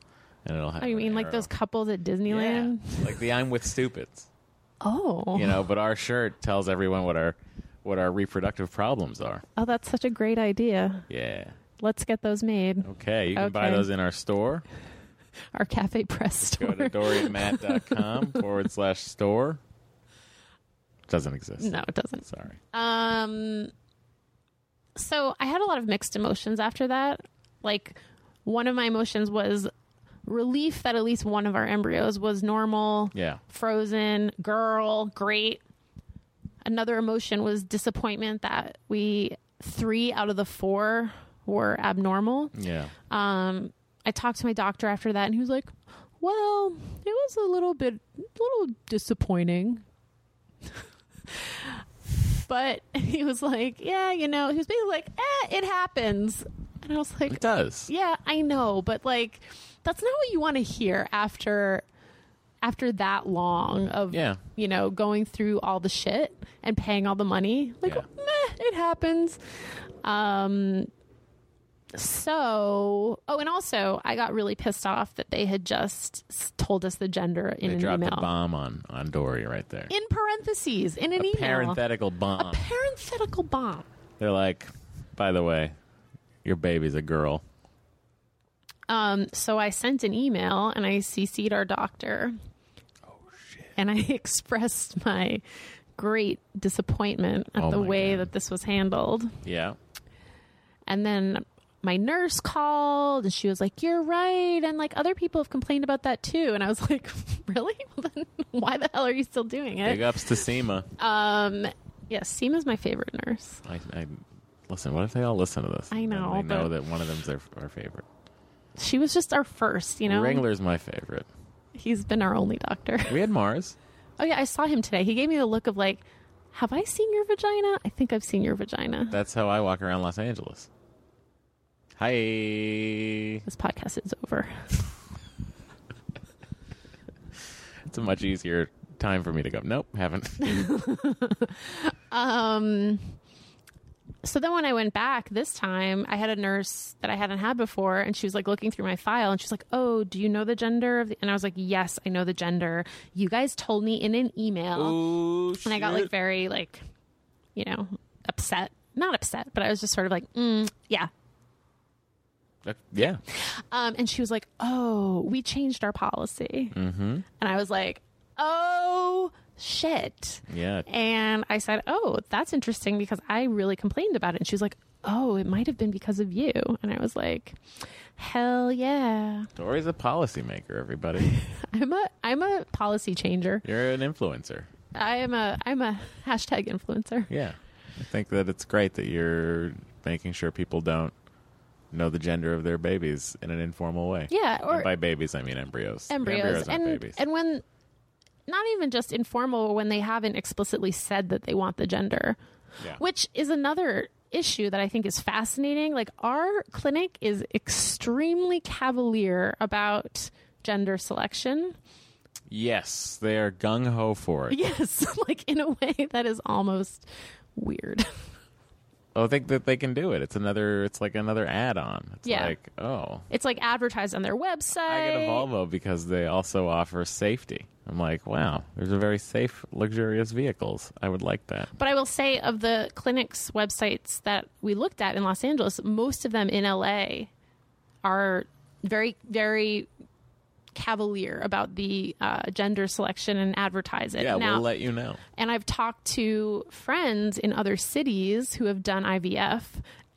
Speaker 4: and it'll have.
Speaker 3: I
Speaker 4: an
Speaker 3: Oh, mean, like
Speaker 4: arrow.
Speaker 3: those couples at
Speaker 4: yeah,
Speaker 3: Disneyland.
Speaker 4: like the I'm with stupids,
Speaker 3: Oh,
Speaker 4: you know. But our shirt tells everyone what our what our reproductive problems are.
Speaker 3: oh, that's such a great idea.
Speaker 4: Yeah.
Speaker 3: Let's get those made.
Speaker 4: Okay, you can buy
Speaker 3: Okay.
Speaker 4: those in our store.
Speaker 3: Our cafe press store.
Speaker 4: Go to doryandmatt.com forward slash store. Doesn't exist.
Speaker 3: no, it doesn't.
Speaker 4: Sorry.
Speaker 3: Um, so I had a lot of mixed emotions after that. Like, one of my emotions was relief that at least one of our embryos was normal,
Speaker 4: Yeah.
Speaker 3: frozen, girl, great. Another emotion was disappointment that we three out of the four were abnormal.
Speaker 4: Yeah.
Speaker 3: Um, I talked to my doctor after that, and he was like, "Well, it was a little bit, a little disappointing." but he was like, "Yeah, you know," he was basically like, "Eh, it happens," and I was
Speaker 4: It
Speaker 3: like,
Speaker 4: does.
Speaker 3: "Yeah, I know," but like, that's not what you want to hear after after that long of
Speaker 4: Mm, Yeah.
Speaker 3: you know going through all the shit and paying all the money like
Speaker 4: Yeah.
Speaker 3: meh, it happens um so oh and also i got really pissed off that they had just s- told us the gender in
Speaker 4: They
Speaker 3: an
Speaker 4: dropped
Speaker 3: email
Speaker 4: a bomb on, on Dory right there.
Speaker 3: in parentheses in an
Speaker 4: a
Speaker 3: email
Speaker 4: parenthetical bomb.
Speaker 3: parenthetical bomb
Speaker 4: They're like, by the way, your baby's a girl.
Speaker 3: Um, so I sent an email and I CC'd our doctor.
Speaker 4: Oh,
Speaker 3: And I expressed my great disappointment at
Speaker 4: Oh
Speaker 3: the
Speaker 4: my
Speaker 3: way
Speaker 4: God.
Speaker 3: that this was handled.
Speaker 4: Yeah.
Speaker 3: And then my nurse called and she was like, You're right. And like other people have complained about that too. And I was like, Really? Well, then why the hell are you still doing
Speaker 4: Big
Speaker 3: it?
Speaker 4: ups to SEMA.
Speaker 3: Um, yeah, Seema's my favorite nurse.
Speaker 4: I, I, listen, what if they all listen to this?
Speaker 3: I know,
Speaker 4: And they know
Speaker 3: but-
Speaker 4: that one of them's their, our favorite.
Speaker 3: She was just our first, you know?
Speaker 4: Wrangler's my favorite.
Speaker 3: He's been our only doctor.
Speaker 4: We had Mars.
Speaker 3: Oh yeah, I saw him today. He gave me the look of like, "Have I seen your vagina? I think I've seen your vagina."
Speaker 4: That's how I walk around Los Angeles. Hi.
Speaker 3: This podcast is over.
Speaker 4: It's a much easier time for me to go. Nope, haven't.
Speaker 3: Um, so then when I went back this time, I had a nurse that I hadn't had before, and she was like looking through my file, and she's like, "Oh, do you know the gender of?" The-? And I was like, "Yes, I know the gender. You guys told me in an email."
Speaker 4: Ooh,
Speaker 3: and I got like very like, you know, upset. Not upset, but I was just sort of like, mm, "Yeah,
Speaker 4: yeah.
Speaker 3: Um, and she was like, "Oh, we changed our policy," mm-hmm. and I was like, "Oh shit.
Speaker 4: Yeah.
Speaker 3: And I said, Oh, that's interesting because I really complained about it. And she was like, Oh, it might have been because of you. And I was like, Hell yeah.
Speaker 4: Tori's a policymaker, everybody.
Speaker 3: I'm a I'm a policy changer.
Speaker 4: You're an influencer.
Speaker 3: I am a I'm a hashtag influencer.
Speaker 4: Yeah. I think that it's great that you're making sure people don't know the gender of their babies in an informal way.
Speaker 3: Yeah,
Speaker 4: And
Speaker 3: or
Speaker 4: by babies, I mean embryos. aren't
Speaker 3: embryos, and
Speaker 4: babies.
Speaker 3: and when not even just informal when they haven't explicitly said that they want the gender
Speaker 4: Yeah.
Speaker 3: which is another issue that i think is fascinating like our clinic is extremely cavalier about gender selection
Speaker 4: yes, they are gung ho for it.
Speaker 3: yes like in a way that is almost weird
Speaker 4: Oh, think that they can do it. It's another. It's like another add-on. It's
Speaker 3: Yeah.
Speaker 4: like, oh,
Speaker 3: it's like advertised on their website
Speaker 4: I get a Volvo because they also offer safety. I'm like, wow, there's a very safe, luxurious vehicles. I would like that.
Speaker 3: But I will say, of the clinics' websites that we looked at in Los Angeles, most of them in LA are very, very cavalier about the uh, gender selection and advertise it.
Speaker 4: Yeah,
Speaker 3: now,
Speaker 4: we'll let you know.
Speaker 3: and I've talked to friends in other cities who have done IVF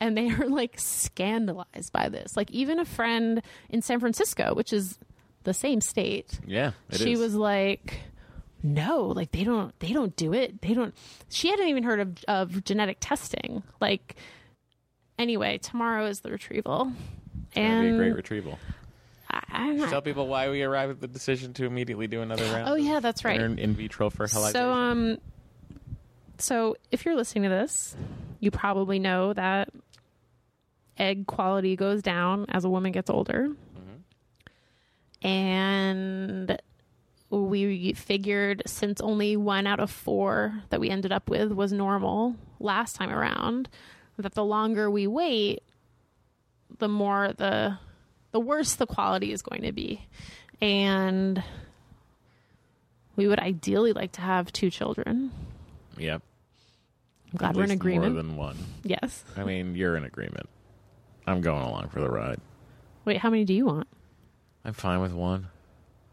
Speaker 3: and they are like scandalized by this. Like, even a friend in San Francisco, which is the same state,
Speaker 4: Yeah, it
Speaker 3: she
Speaker 4: is.
Speaker 3: was like no like they don't they don't do it they don't she hadn't even heard of, of genetic testing like anyway tomorrow is the retrieval
Speaker 4: It'd be
Speaker 3: and
Speaker 4: a great retrieval.
Speaker 3: I, I'm not-
Speaker 4: Tell people why we arrived at the decision to immediately do another round.
Speaker 3: oh
Speaker 4: of
Speaker 3: yeah that's right
Speaker 4: In, in vitro fertilization.
Speaker 3: so um so if you're listening to this you probably know that egg quality goes down as a woman gets older and we figured since only one out of four that we ended up with was normal last time around that the longer we wait the more the the worse the quality is going to be and we would ideally like to have two children
Speaker 4: yep.
Speaker 3: i'm glad we're in agreement
Speaker 4: More than one.
Speaker 3: yes
Speaker 4: I mean, you're in agreement. I'm going along for the ride.
Speaker 3: wait how many do you want
Speaker 4: I'm fine with one.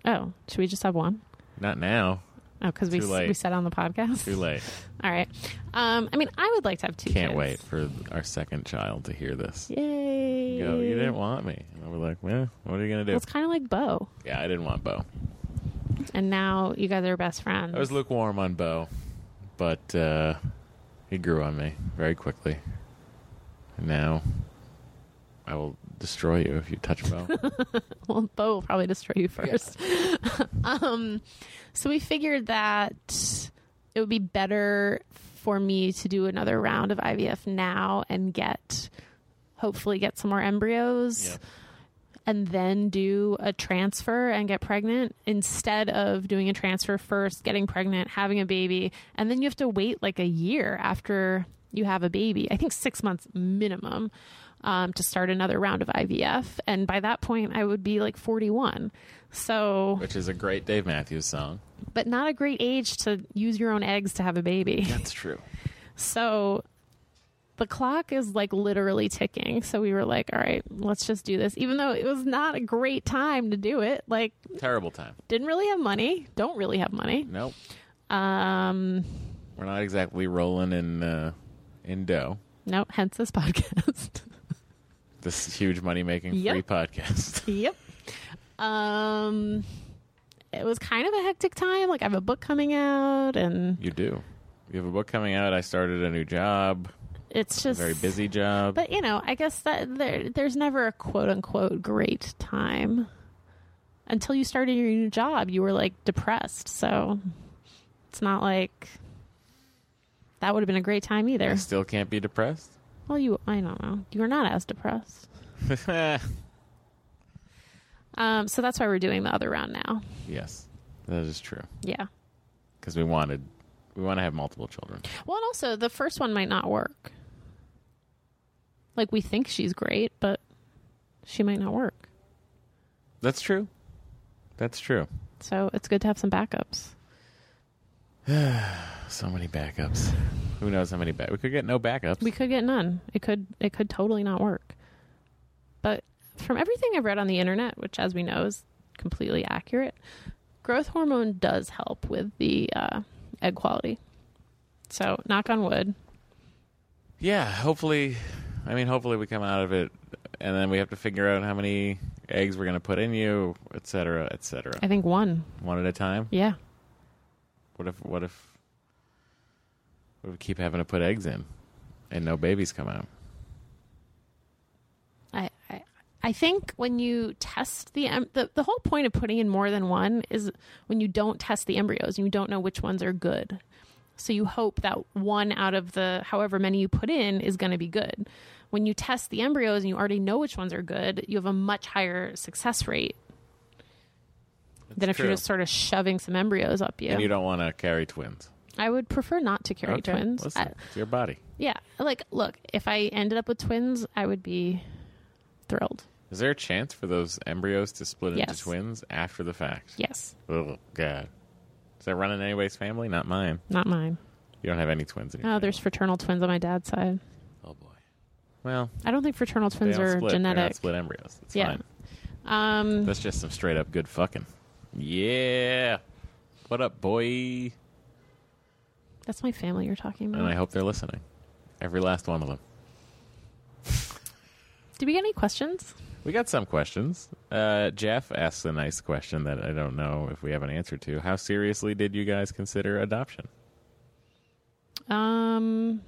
Speaker 3: oh should we just have one
Speaker 4: Not now.
Speaker 3: Oh, because we,
Speaker 4: Too late.
Speaker 3: we said on the podcast.
Speaker 4: Too late.
Speaker 3: All right. Um, I mean, I would like to have two.
Speaker 4: Can't
Speaker 3: kids.
Speaker 4: wait for our second child to hear this.
Speaker 3: Yay!
Speaker 4: Go, you didn't want me. And I was like, well, what are you going to do?
Speaker 3: Well, it's kind of like Bo,
Speaker 4: Yeah, I didn't want Bo.
Speaker 3: and now you guys are best friends.
Speaker 4: I was lukewarm on Bo, but uh, he grew on me very quickly. And now I will destroy you if you touch Bo.
Speaker 3: well, Bo will probably destroy you first. um, so we figured that it would be better for me to do another round of IVF now and get, hopefully, get some more embryos.
Speaker 4: Yeah.
Speaker 3: And then do a transfer and get pregnant instead of doing a transfer first, getting pregnant, having a baby, and then you have to wait like a year after you have a baby. I think six months minimum um, to start another round of IVF. And by that point, I would be like 41. So,
Speaker 4: Which is a great Dave Matthews song.
Speaker 3: but not a great age to use your own eggs to have a baby.
Speaker 4: That's true.
Speaker 3: So the clock is like literally ticking. So we were like, all right, let's just do this. Even though it was not a great time to do it, like,
Speaker 4: Terrible time.
Speaker 3: didn't really have money, don't really have money.
Speaker 4: Nope.
Speaker 3: Um,
Speaker 4: We're not exactly rolling in uh, in dough.
Speaker 3: no, hence this podcast.
Speaker 4: This huge money making
Speaker 3: Yep.
Speaker 4: free podcast.
Speaker 3: yep. Um, it was kind of a hectic time. Like, I have a book coming out, and
Speaker 4: you do. You have a book coming out. I started a new job,
Speaker 3: it's
Speaker 4: a
Speaker 3: just
Speaker 4: very busy job.
Speaker 3: But you know, I guess that there, there's never a quote unquote great time. Until you started your new job, you were like depressed. So it's not like that would have been a great time
Speaker 4: I
Speaker 3: either.
Speaker 4: still can't be depressed.
Speaker 3: Well, you, I don't know. You were not as depressed. Um, so that's why we're doing the other round now.
Speaker 4: yes, that is true.
Speaker 3: Yeah.
Speaker 4: Because we wanted, we want to have multiple children.
Speaker 3: Well, and also the first one might not work. Like we think she's great, but she might not work.
Speaker 4: That's true. That's true.
Speaker 3: So it's good to have some backups.
Speaker 4: So many backups. Who knows how many back? We could get no backups.
Speaker 3: We could get none. It could it could totally not work. But from everything I've read on the internet, which as we know is completely accurate, growth hormone does help with the uh, egg quality. So, knock on wood.
Speaker 4: Yeah, hopefully. I mean, hopefully we come out of it, and then we have to figure out how many eggs we're going to put in you, et cetera, et cetera.
Speaker 3: I think one.
Speaker 4: One at a time.
Speaker 3: Yeah.
Speaker 4: What if? What if? What if we keep having to put eggs in, and no babies come out?
Speaker 3: I, I, I think when you test the, em- the the whole point of putting in more than one is when you don't test the embryos and you don't know which ones are good. So you hope that one out of the however many you put in is going to be good. When you test the embryos and you already know which ones are good, you have a much higher success rate than if
Speaker 4: true.
Speaker 3: you're just sort of shoving some embryos up you.
Speaker 4: And you don't want to carry twins.
Speaker 3: I would prefer not to carry
Speaker 4: Okay,
Speaker 3: twins.
Speaker 4: Listen,
Speaker 3: I-
Speaker 4: it's your body.
Speaker 3: yeah, like look, if I ended up with twins, I would be thrilled.
Speaker 4: Is there a chance for those embryos to split
Speaker 3: Yes.
Speaker 4: into twins after the fact?
Speaker 3: Yes,
Speaker 4: Oh God. Is that running anybody's family? Not mine.
Speaker 3: not mine.
Speaker 4: You don't have any twins in your
Speaker 3: No, Oh, there's fraternal twins on my dad's side.
Speaker 4: family. Oh boy. Well,
Speaker 3: I don't think fraternal
Speaker 4: they
Speaker 3: twins
Speaker 4: don't
Speaker 3: are
Speaker 4: split. They're not
Speaker 3: genetic.
Speaker 4: split embryos. It's
Speaker 3: Yeah.
Speaker 4: fine.
Speaker 3: Um,
Speaker 4: That's just some straight up good fucking. Yeah. What up, boy?
Speaker 3: that's my family you're talking
Speaker 4: And
Speaker 3: about.
Speaker 4: I hope they're listening. Every last one of them.
Speaker 3: Did we get any questions?
Speaker 4: We got some questions. Uh, Jeff asks a nice question that I don't know if we have an answer to. How seriously did you guys consider adoption?
Speaker 3: Um,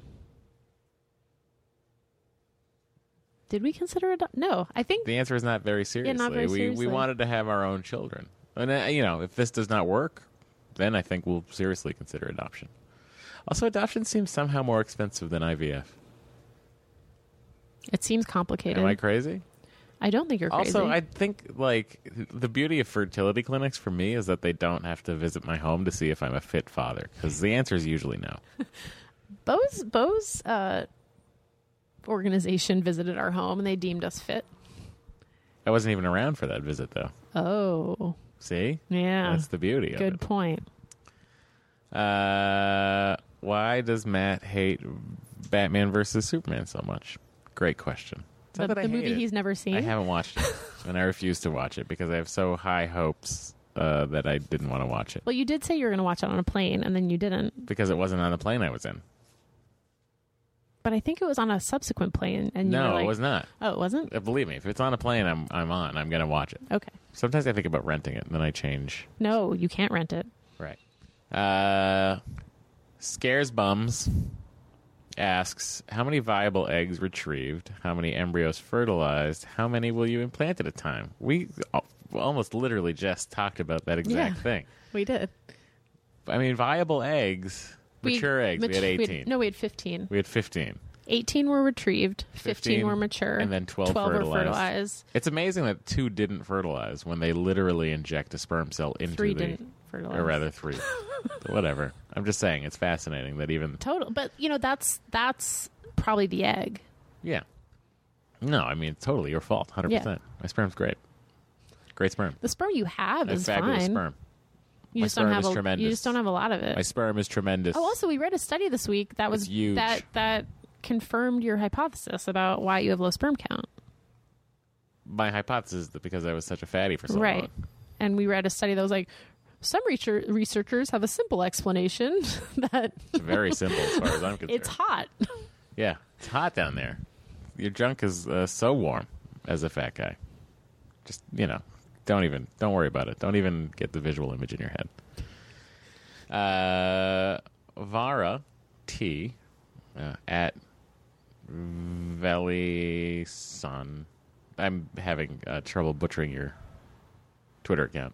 Speaker 3: did we consider it? No, I think
Speaker 4: The answer is not very seriously.
Speaker 3: not very
Speaker 4: we
Speaker 3: seriously.
Speaker 4: we wanted to have our own children, and uh, you know, if this does not work, then I think we'll seriously consider adoption. Also, adoption seems somehow more expensive than IVF.
Speaker 3: it seems complicated.
Speaker 4: Am I crazy?
Speaker 3: I don't think you're crazy.
Speaker 4: Also, I think like the beauty of fertility clinics for me is that they don't have to visit my home to see if I'm a fit father because the answer is usually no.
Speaker 3: Bo's Bo's uh, organization visited our home and they deemed us fit.
Speaker 4: I wasn't even around for that visit though.
Speaker 3: Oh,
Speaker 4: See,
Speaker 3: yeah.
Speaker 4: that's the beauty. Of it.
Speaker 3: Good point.
Speaker 4: Uh, why does Matt hate Batman versus Superman so much? Great question. It's
Speaker 3: The,
Speaker 4: not that I
Speaker 3: the
Speaker 4: hate
Speaker 3: movie
Speaker 4: it.
Speaker 3: he's never seen.
Speaker 4: I haven't watched it, and I refuse to watch it because I have so high hopes uh, that I didn't want to watch it
Speaker 3: Well, you did say you were going to watch it on a plane, and then you didn't.
Speaker 4: because it wasn't on the plane I was in.
Speaker 3: But I think it was on a subsequent plane, and you
Speaker 4: no,
Speaker 3: were like,
Speaker 4: it was not.
Speaker 3: Oh, it wasn't.
Speaker 4: Uh, Believe me, if it's on a plane, I'm I'm on. I'm gonna watch it.
Speaker 3: Okay.
Speaker 4: Sometimes I think about renting it, and then I change.
Speaker 3: No, you can't rent it.
Speaker 4: Right. Uh, Scares Bums asks How many viable eggs retrieved? How many embryos fertilized? How many will you implant at a time? We al- almost literally just talked about that exact
Speaker 3: Yeah.
Speaker 4: thing.
Speaker 3: We did.
Speaker 4: I mean, viable eggs, mature eggs, we had 18.
Speaker 3: no, we had 15.
Speaker 4: We had 15.
Speaker 3: 18 were retrieved, 15,
Speaker 4: 15,
Speaker 3: were mature,
Speaker 4: and then 12
Speaker 3: were
Speaker 4: fertilized.
Speaker 3: fertilized.
Speaker 4: It's amazing that two didn't fertilize when they literally inject a sperm cell into
Speaker 3: Three
Speaker 4: the.
Speaker 3: didn't fertilize.
Speaker 4: Or rather, three. Whatever. I'm just saying, it's fascinating that even
Speaker 3: total. But you know, that's that's probably the egg.
Speaker 4: Yeah. No, I mean it's totally your fault. Hundred
Speaker 3: Yeah.
Speaker 4: percent. My sperm's great. Great sperm.
Speaker 3: The sperm you have
Speaker 4: That's
Speaker 3: is
Speaker 4: fabulous
Speaker 3: fine.
Speaker 4: sperm.
Speaker 3: You
Speaker 4: My
Speaker 3: just don't
Speaker 4: sperm
Speaker 3: have
Speaker 4: is
Speaker 3: a you
Speaker 4: tremendous.
Speaker 3: just don't have a lot of it.
Speaker 4: My sperm is tremendous.
Speaker 3: oh, also, we read a study this week that was
Speaker 4: It's huge.
Speaker 3: that that confirmed your hypothesis about why you have low sperm count.
Speaker 4: My hypothesis is that because I was such a fatty for so
Speaker 3: right.
Speaker 4: long.
Speaker 3: And we read a study that was like, some reacher- researchers have a simple explanation that
Speaker 4: It's very simple as far as I'm concerned.
Speaker 3: it's hot.
Speaker 4: yeah, it's hot down there. Your junk is uh, so warm as a fat guy. Just you know, don't even don't worry about it. Don't even get the visual image in your head. Uh, Vara T uh, at Valley Sun. I'm having uh, trouble butchering your Twitter account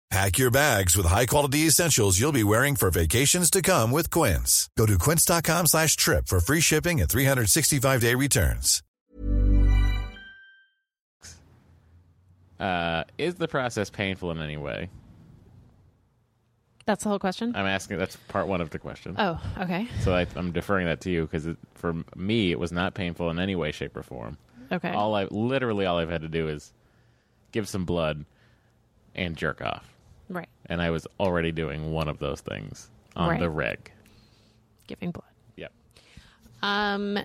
Speaker 5: Pack your bags with high-quality essentials you'll be wearing for vacations to come with Quince. Go to quince.com slash trip for free shipping and 365-day returns.
Speaker 4: Uh, is the process painful in any way?
Speaker 3: That's the whole question.
Speaker 4: I'm asking. That's part one of the question.
Speaker 3: oh, okay,
Speaker 4: So I, I'm deferring that to you because for me, it was not painful in any way, shape, or form.
Speaker 3: okay.
Speaker 4: All I literally all I've had to do is give some blood and jerk off,
Speaker 3: right,
Speaker 4: and I was already doing one of those things on
Speaker 3: Right.
Speaker 4: the reg.
Speaker 3: giving blood.
Speaker 4: Yep.
Speaker 3: Um,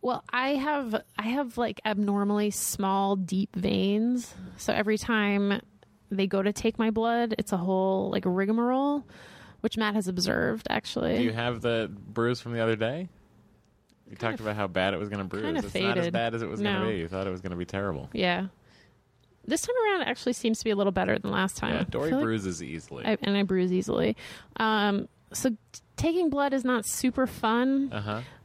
Speaker 3: well, I have I have like abnormally small, deep veins, so every time they go to take my blood, it's a whole like rigmarole, which Matt has observed actually.
Speaker 4: Do you have the bruise from the other day? You talked about how bad it was going to bruise.
Speaker 3: kinda
Speaker 4: It's not as
Speaker 3: faded.
Speaker 4: bad as it was going
Speaker 3: No.
Speaker 4: to be. You thought it was going to be terrible.
Speaker 3: yeah. This time around, it actually seems to be a little better than last time.
Speaker 4: Yeah,
Speaker 3: I
Speaker 4: Dory
Speaker 3: feel like-
Speaker 4: bruises easily.
Speaker 3: I, and I bruise easily. Um, so t- taking blood is not super fun.
Speaker 4: Uh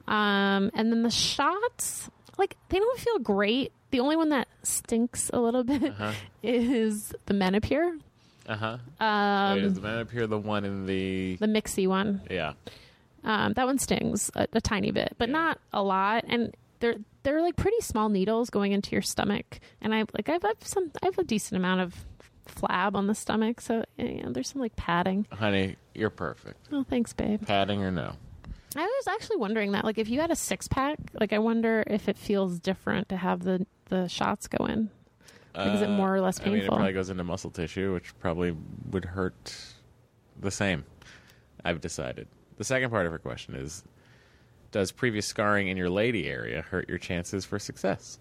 Speaker 4: huh.
Speaker 3: Um, and then the shots, like they don't feel great. The only one that stinks a little bit
Speaker 4: Uh-huh.
Speaker 3: is the Menopure,
Speaker 4: Uh huh.
Speaker 3: um,
Speaker 4: is the man up here the one in the?
Speaker 3: the mixy one.
Speaker 4: yeah.
Speaker 3: Um, that one stings a, a tiny bit, but
Speaker 4: Yeah.
Speaker 3: not a lot. And they're they're like pretty small needles going into your stomach. And I like I've, I've some I have a decent amount of flab on the stomach, so you know, there's some like padding.
Speaker 4: Honey, you're perfect.
Speaker 3: Oh, thanks, babe.
Speaker 4: Padding or no?
Speaker 3: I was actually wondering that, like, if you had a six pack, like, I wonder if it feels different to have the the shots go in. Like, is it more or less
Speaker 4: Uh, I mean, it
Speaker 3: painful?
Speaker 4: probably goes into muscle tissue, which probably would hurt the same. I've decided. The second part of her question is Does previous scarring in your lady area hurt your chances for success?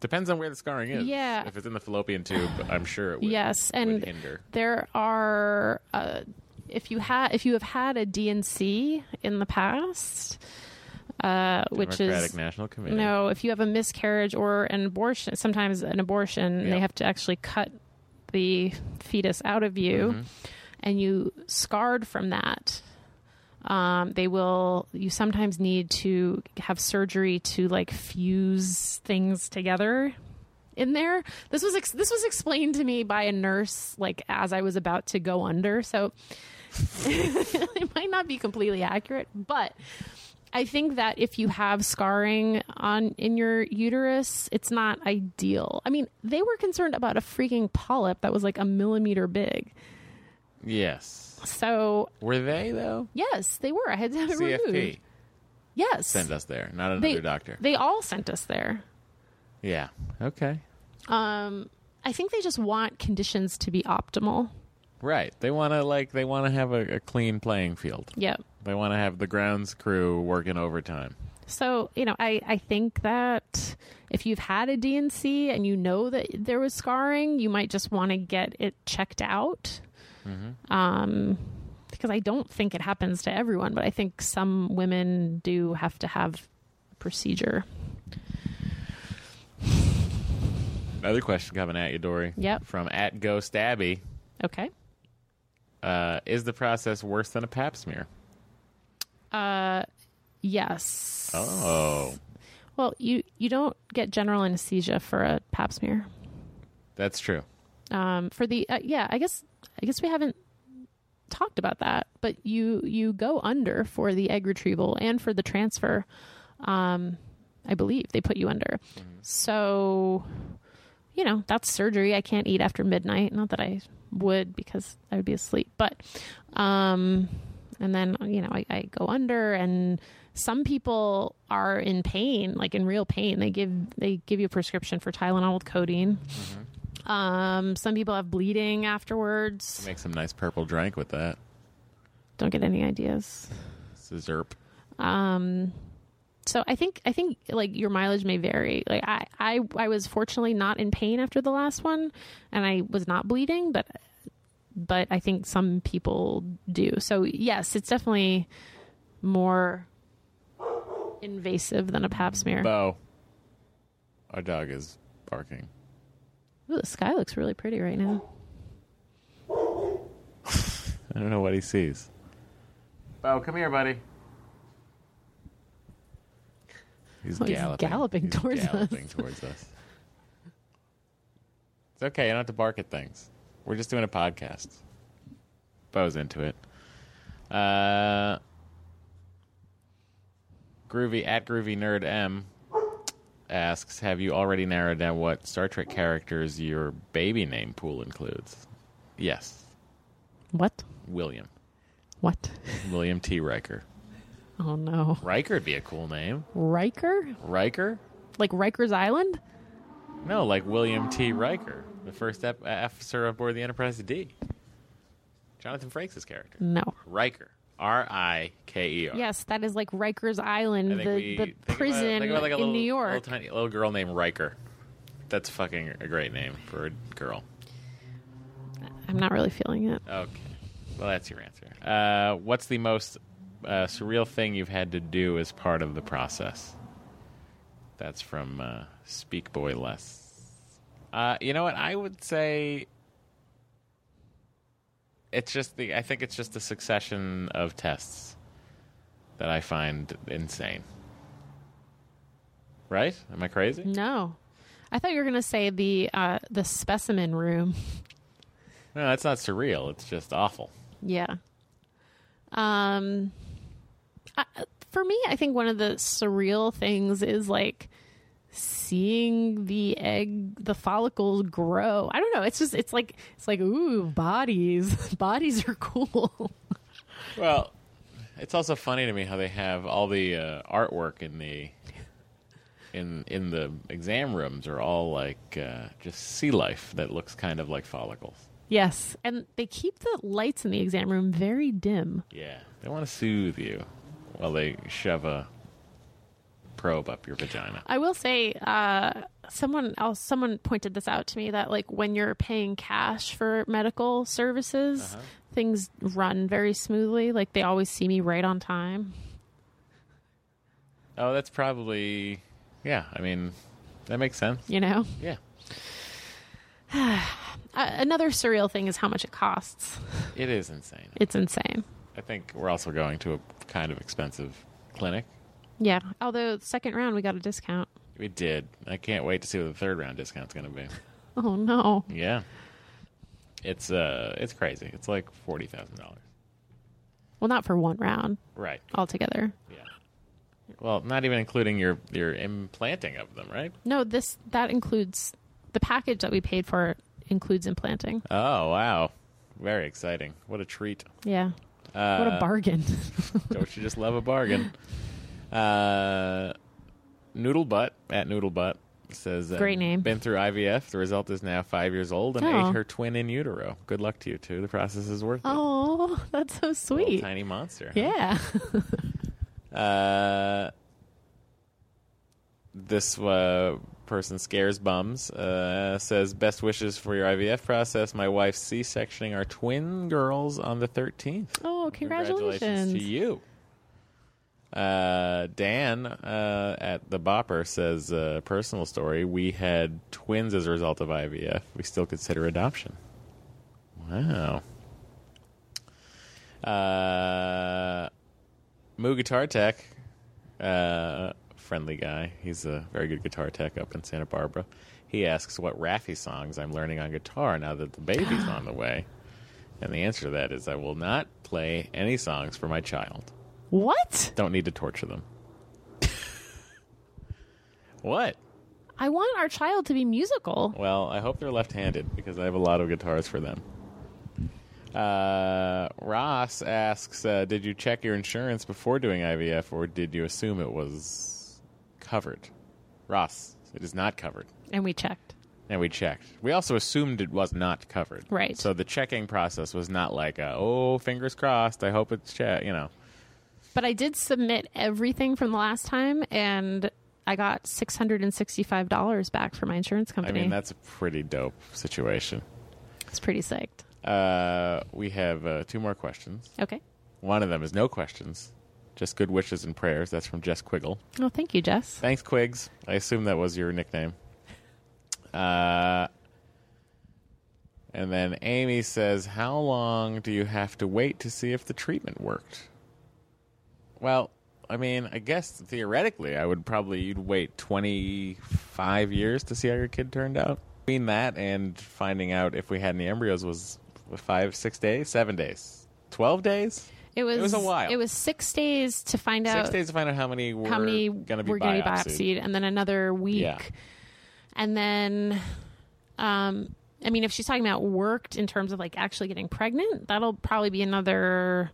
Speaker 4: Depends on where the scarring is.
Speaker 3: Yeah.
Speaker 4: If it's in the fallopian tube, I'm sure it would,
Speaker 3: Yes, and
Speaker 4: would hinder.
Speaker 3: there are uh, if you had if you have had a DNC in the past, uh, which
Speaker 4: Democratic
Speaker 3: is
Speaker 4: National Committee.
Speaker 3: no, if you have a miscarriage or an abortion, sometimes an abortion,
Speaker 4: Yeah.
Speaker 3: they have to actually cut the fetus out of you, and you scarred from that. Um, they will. You sometimes need to have surgery to like fuse things together in there. This was ex- this was explained to me by a nurse, like as I was about to go under. So it might not be completely accurate, but I think that if you have scarring on in your uterus, it's not ideal. I mean, they were concerned about a freaking polyp that was like a millimeter big.
Speaker 4: Yes.
Speaker 3: So
Speaker 4: Were they, though?
Speaker 3: yes, they were. I had to have it
Speaker 4: CFP
Speaker 3: removed. Yes,
Speaker 4: sent us there, not another
Speaker 3: they
Speaker 4: doctor.
Speaker 3: they all sent us there.
Speaker 4: yeah. Okay.
Speaker 3: Um, I think they just want conditions to be optimal.
Speaker 4: Right. They want to like they want to have a, a clean playing field.
Speaker 3: Yep.
Speaker 4: They want to have the grounds crew working overtime.
Speaker 3: So, you know, I, I think that if you've had a DNC and you know that there was scarring, you might just want to get it checked out. Um, because I don't think it happens to everyone, but I think some women do have to have a procedure.
Speaker 4: Another question coming at you, Dory.
Speaker 3: Yep.
Speaker 4: From at Ghost Abby.
Speaker 3: Okay.
Speaker 4: Uh, is the process worse than a pap smear?
Speaker 3: Uh, yes.
Speaker 4: Oh.
Speaker 3: Well, you, you don't get general anesthesia for a pap smear.
Speaker 4: That's true.
Speaker 3: um, for the uh, yeah i guess i guess we haven't talked about that but you you go under for the egg retrieval and for the transfer um, i believe they put you under so you know that's surgery i can't eat after midnight not that i would because i would be asleep but um and then you know I, I go under and some people are in pain like in real pain they give they give you a prescription for tylenol with codeine um, some people have bleeding afterwards.
Speaker 4: Make some nice purple drink with that.
Speaker 3: Don't get any ideas.
Speaker 4: This is Zerp.
Speaker 3: Um, so I think I think like your mileage may vary. Like I, I I was fortunately not in pain after the last one, and I was not bleeding, but but I think some people do. So yes, it's definitely more invasive than a pap smear.
Speaker 4: Bo. Our dog is barking.
Speaker 3: Ooh, the sky looks really pretty right now.
Speaker 4: I don't know what he sees. Bo, come here, buddy. He's
Speaker 3: Oh, he's
Speaker 4: galloping.
Speaker 3: galloping
Speaker 4: He's
Speaker 3: towards us.
Speaker 4: galloping towards us. It's okay. You don't have to bark at things. We're just doing a podcast. Bo's into it. Uh, groovy at groovy nerd m asks, have you already narrowed down what Star Trek characters your baby name pool includes? Yes.
Speaker 3: What?
Speaker 4: William.
Speaker 3: What?
Speaker 4: William T. Riker.
Speaker 3: Oh no.
Speaker 4: Riker would be a cool name.
Speaker 3: Riker?
Speaker 4: Riker?
Speaker 3: Like Riker's Island?
Speaker 4: No, like William T. Riker, the first ep- uh, officer aboard the Enterprise D. Jonathan Frakes' character.
Speaker 3: No.
Speaker 4: Riker. R I K E R.
Speaker 3: Yes, that is like Riker's Island,
Speaker 4: I
Speaker 3: the,
Speaker 4: think we-
Speaker 3: the
Speaker 4: think about-
Speaker 3: prison
Speaker 4: think about, like, a
Speaker 3: in
Speaker 4: little-
Speaker 3: New York.
Speaker 4: Little tiny little girl named Riker. That's fucking a great name for a girl.
Speaker 3: I'm not really feeling it.
Speaker 4: Okay. Well, that's your answer. Uh, what's the most uh, surreal thing you've had to do as part of the process? That's from uh, Speak Boy Less. Uh, you know what? I would say it's just the. I think it's just a succession of tests that I find insane. Right? Am I crazy?
Speaker 3: No. I thought you were gonna say the uh, the specimen room.
Speaker 4: No, that's not surreal. It's just awful.
Speaker 3: Yeah. Um I, for me, I think one of the surreal things is like seeing the egg the follicles grow. I don't know, it's just it's like it's like ooh, bodies. bodies are cool.
Speaker 4: Well, it's also funny to me how they have all the uh, artwork in the in in the exam rooms are all like uh, just sea life that looks kind of like follicles.
Speaker 3: yes, and they keep the lights in the exam room very dim.
Speaker 4: Yeah, they want to soothe you while they shove a probe up your vagina.
Speaker 3: I will say, uh, someone else, someone pointed this out to me that like when you're paying cash for medical services, things run very smoothly. Like they always see me right on time.
Speaker 4: Oh, that's probably yeah. I mean, that makes sense.
Speaker 3: You know,
Speaker 4: Yeah.
Speaker 3: uh, another surreal thing is how much it costs.
Speaker 4: It is insane.
Speaker 3: It's insane.
Speaker 4: I think we're also going to a kind of expensive clinic.
Speaker 3: Yeah. Although second round we got a discount.
Speaker 4: We did. I can't wait to see what the third round discount's going to be.
Speaker 3: Oh no.
Speaker 4: Yeah. It's uh it's crazy. It's like forty thousand dollars.
Speaker 3: Well, not for one round
Speaker 4: Right.
Speaker 3: altogether.
Speaker 4: Yeah. Well, not even including your your implanting of them, right?
Speaker 3: No, this that includes the package that we paid for includes implanting.
Speaker 4: Oh wow. Very exciting. What a treat.
Speaker 3: Yeah. what a bargain.
Speaker 4: Don't you just love a bargain? Uh Noodle Butt at Noodle Butt says uh,
Speaker 3: Great name.
Speaker 4: Been through IVF. The result is now five years old and
Speaker 3: Oh.
Speaker 4: ate her twin in utero. Good luck to you two. The process is worth it.
Speaker 3: oh, that's so
Speaker 4: Little
Speaker 3: sweet.
Speaker 4: tiny monster. huh?
Speaker 3: Yeah.
Speaker 4: Uh, this uh, person scares bums. Uh, says best wishes for your IVF process. My wife's C-sectioning our twin girls on the 13th.
Speaker 3: Oh, congratulations.
Speaker 4: to you. Uh, Dan uh, at the Bopper says uh, personal story. We had twins as a result of IVF. We still consider adoption. Wow. Uh, Moo Guitar Tech, uh, friendly guy. He's a very good guitar tech up in Santa Barbara. He asks what Raffi songs I'm learning on guitar now that the baby's on the way. And the answer to that is I will not play any songs for my child.
Speaker 3: What?
Speaker 4: Don't need to torture them. what?
Speaker 3: I want our child to be musical.
Speaker 4: Well, I hope they're left-handed because I have a lot of guitars for them. Uh, Ross asks, uh, "Did you check your insurance before doing IVF, or did you assume it was covered?" Ross, it is not covered,
Speaker 3: And we checked.
Speaker 4: and we checked. We also assumed it was not covered,
Speaker 3: Right.
Speaker 4: So the checking process was not like, a, "Oh, fingers crossed, I hope it's checked," you know.
Speaker 3: But I did submit everything from the last time and I got $665 back from my insurance
Speaker 4: I
Speaker 3: company.
Speaker 4: mean, that's a pretty dope situation.
Speaker 3: it's pretty psyched.
Speaker 4: Uh, we have uh, two more questions.
Speaker 3: Okay.
Speaker 4: One of them is no questions, just good wishes and prayers. That's from Jess Quiggle.
Speaker 3: Oh, thank you, Jess.
Speaker 4: Thanks, Quigs. I assume that was your nickname. Uh, and then Amy says, How long do you have to wait to see if the treatment worked? Well, I mean, I guess theoretically, I would probably, you'd wait 25 years to see how your kid turned out. Between that and finding out if we had any embryos was five, six days, seven days, 12 days?
Speaker 3: It was,
Speaker 4: was a while.
Speaker 3: It was six days to find
Speaker 4: Six
Speaker 3: out
Speaker 4: days to find out how many were
Speaker 3: how many
Speaker 4: going to be
Speaker 3: were going to be
Speaker 4: biopsied.
Speaker 3: biopsied and then another week.
Speaker 4: Yeah.
Speaker 3: And then um, I mean, if she's talking about worked in terms of like actually getting pregnant, that'll probably be another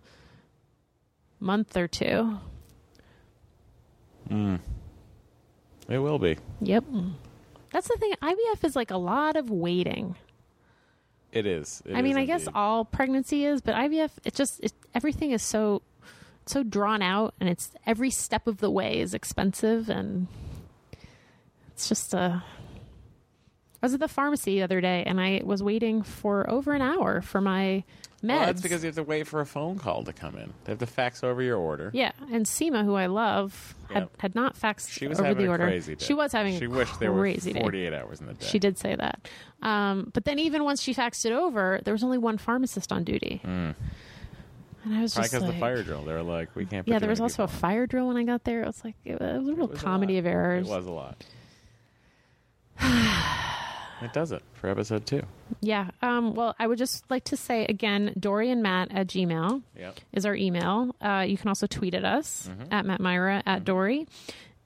Speaker 3: month or two.
Speaker 4: It will be.
Speaker 3: Yep. That's the thing. IVF is like a lot of waiting.
Speaker 4: It is. It
Speaker 3: I mean,
Speaker 4: is
Speaker 3: I guess
Speaker 4: indeed.
Speaker 3: all pregnancy is, but IVF, it just, it, everything is so, so drawn out and it's every step of the way is expensive and it's just a. I was at the pharmacy the other day and I was waiting for over an hour for my meds.
Speaker 4: Well, that's because you have to wait for a phone call to come in. They have to fax over your order.
Speaker 3: Yeah, and Seema, who I love, had,
Speaker 4: Yeah.
Speaker 3: had not faxed
Speaker 4: She was
Speaker 3: over
Speaker 4: having
Speaker 3: the order.
Speaker 4: a crazy day.
Speaker 3: She was having
Speaker 4: She
Speaker 3: a
Speaker 4: wished there were
Speaker 3: crazy day.
Speaker 4: 48 hours in the day.
Speaker 3: She did say that. Um, but then even once she faxed it over, there was only one pharmacist on duty. And I was
Speaker 4: Hmm. Probably
Speaker 3: just
Speaker 4: because
Speaker 3: like,
Speaker 4: the fire drill. They were like, we can't. put
Speaker 3: yeah,
Speaker 4: too
Speaker 3: there was
Speaker 4: many
Speaker 3: also a
Speaker 4: people on.
Speaker 3: fire drill when I got there. It was like it was a little
Speaker 4: It was a
Speaker 3: comedy
Speaker 4: lot.
Speaker 3: of errors.
Speaker 4: It was a lot. it does it for episode two.
Speaker 3: Yeah. Um, well, I would just like to say again, Dory and Matt at Gmail.
Speaker 4: Yeah.
Speaker 3: is our email. Uh, you can also tweet at us
Speaker 4: Mm-hmm.
Speaker 3: at Matt Myra at Dory.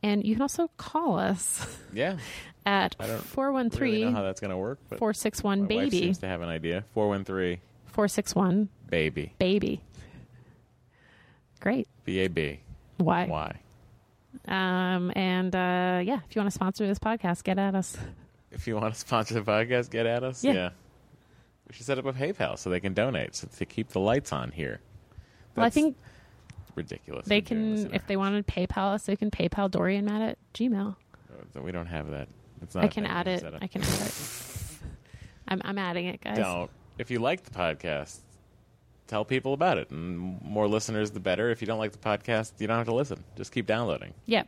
Speaker 3: And you can also call us
Speaker 4: Yeah.
Speaker 3: at
Speaker 4: I don't Really know how
Speaker 3: 413
Speaker 4: that's going to work, but
Speaker 3: 461
Speaker 4: my wife
Speaker 3: baby.
Speaker 4: seems to have an idea. 413
Speaker 3: 461
Speaker 4: baby.
Speaker 3: baby. Great.
Speaker 4: B A B.
Speaker 3: Why?
Speaker 4: Why?
Speaker 3: Um, and uh, yeah, if you want to sponsor this podcast, get at us.
Speaker 4: If you want to sponsor the podcast, get at us.
Speaker 3: Yeah.
Speaker 4: We should set up a PayPal so they can donate so to keep the lights on here.
Speaker 3: well, I
Speaker 4: That's
Speaker 3: think
Speaker 4: ridiculous.
Speaker 3: they
Speaker 4: we're doing this
Speaker 3: can,
Speaker 4: in
Speaker 3: if
Speaker 4: our
Speaker 3: they want to PayPal us, they can PayPal Dory and Matt at Gmail.
Speaker 4: house. We don't have that. It's not
Speaker 3: I
Speaker 4: a
Speaker 3: can
Speaker 4: thing.
Speaker 3: add it.
Speaker 4: Oh, Set up.
Speaker 3: I can add it. I'm, I'm adding it, guys.
Speaker 4: don't. If you like the podcast, tell people about it. And more listeners, the better. If you don't like the podcast, you don't have to listen. Just keep downloading.
Speaker 3: Yeah.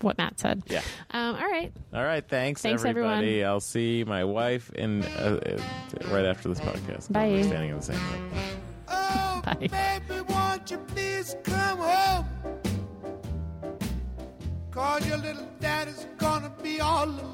Speaker 3: what Matt said.
Speaker 4: Yeah.
Speaker 3: Um, all right.
Speaker 4: All right. Thanks,
Speaker 3: Thanks,
Speaker 4: everybody.
Speaker 3: everyone.
Speaker 4: I'll see my wife in uh, uh, right after this podcast. 'cause
Speaker 3: Bye.
Speaker 4: We're standing in the same room.
Speaker 6: Oh,
Speaker 3: Bye.
Speaker 6: baby, won't you please come home? Cause your little daddy's gonna be all alone.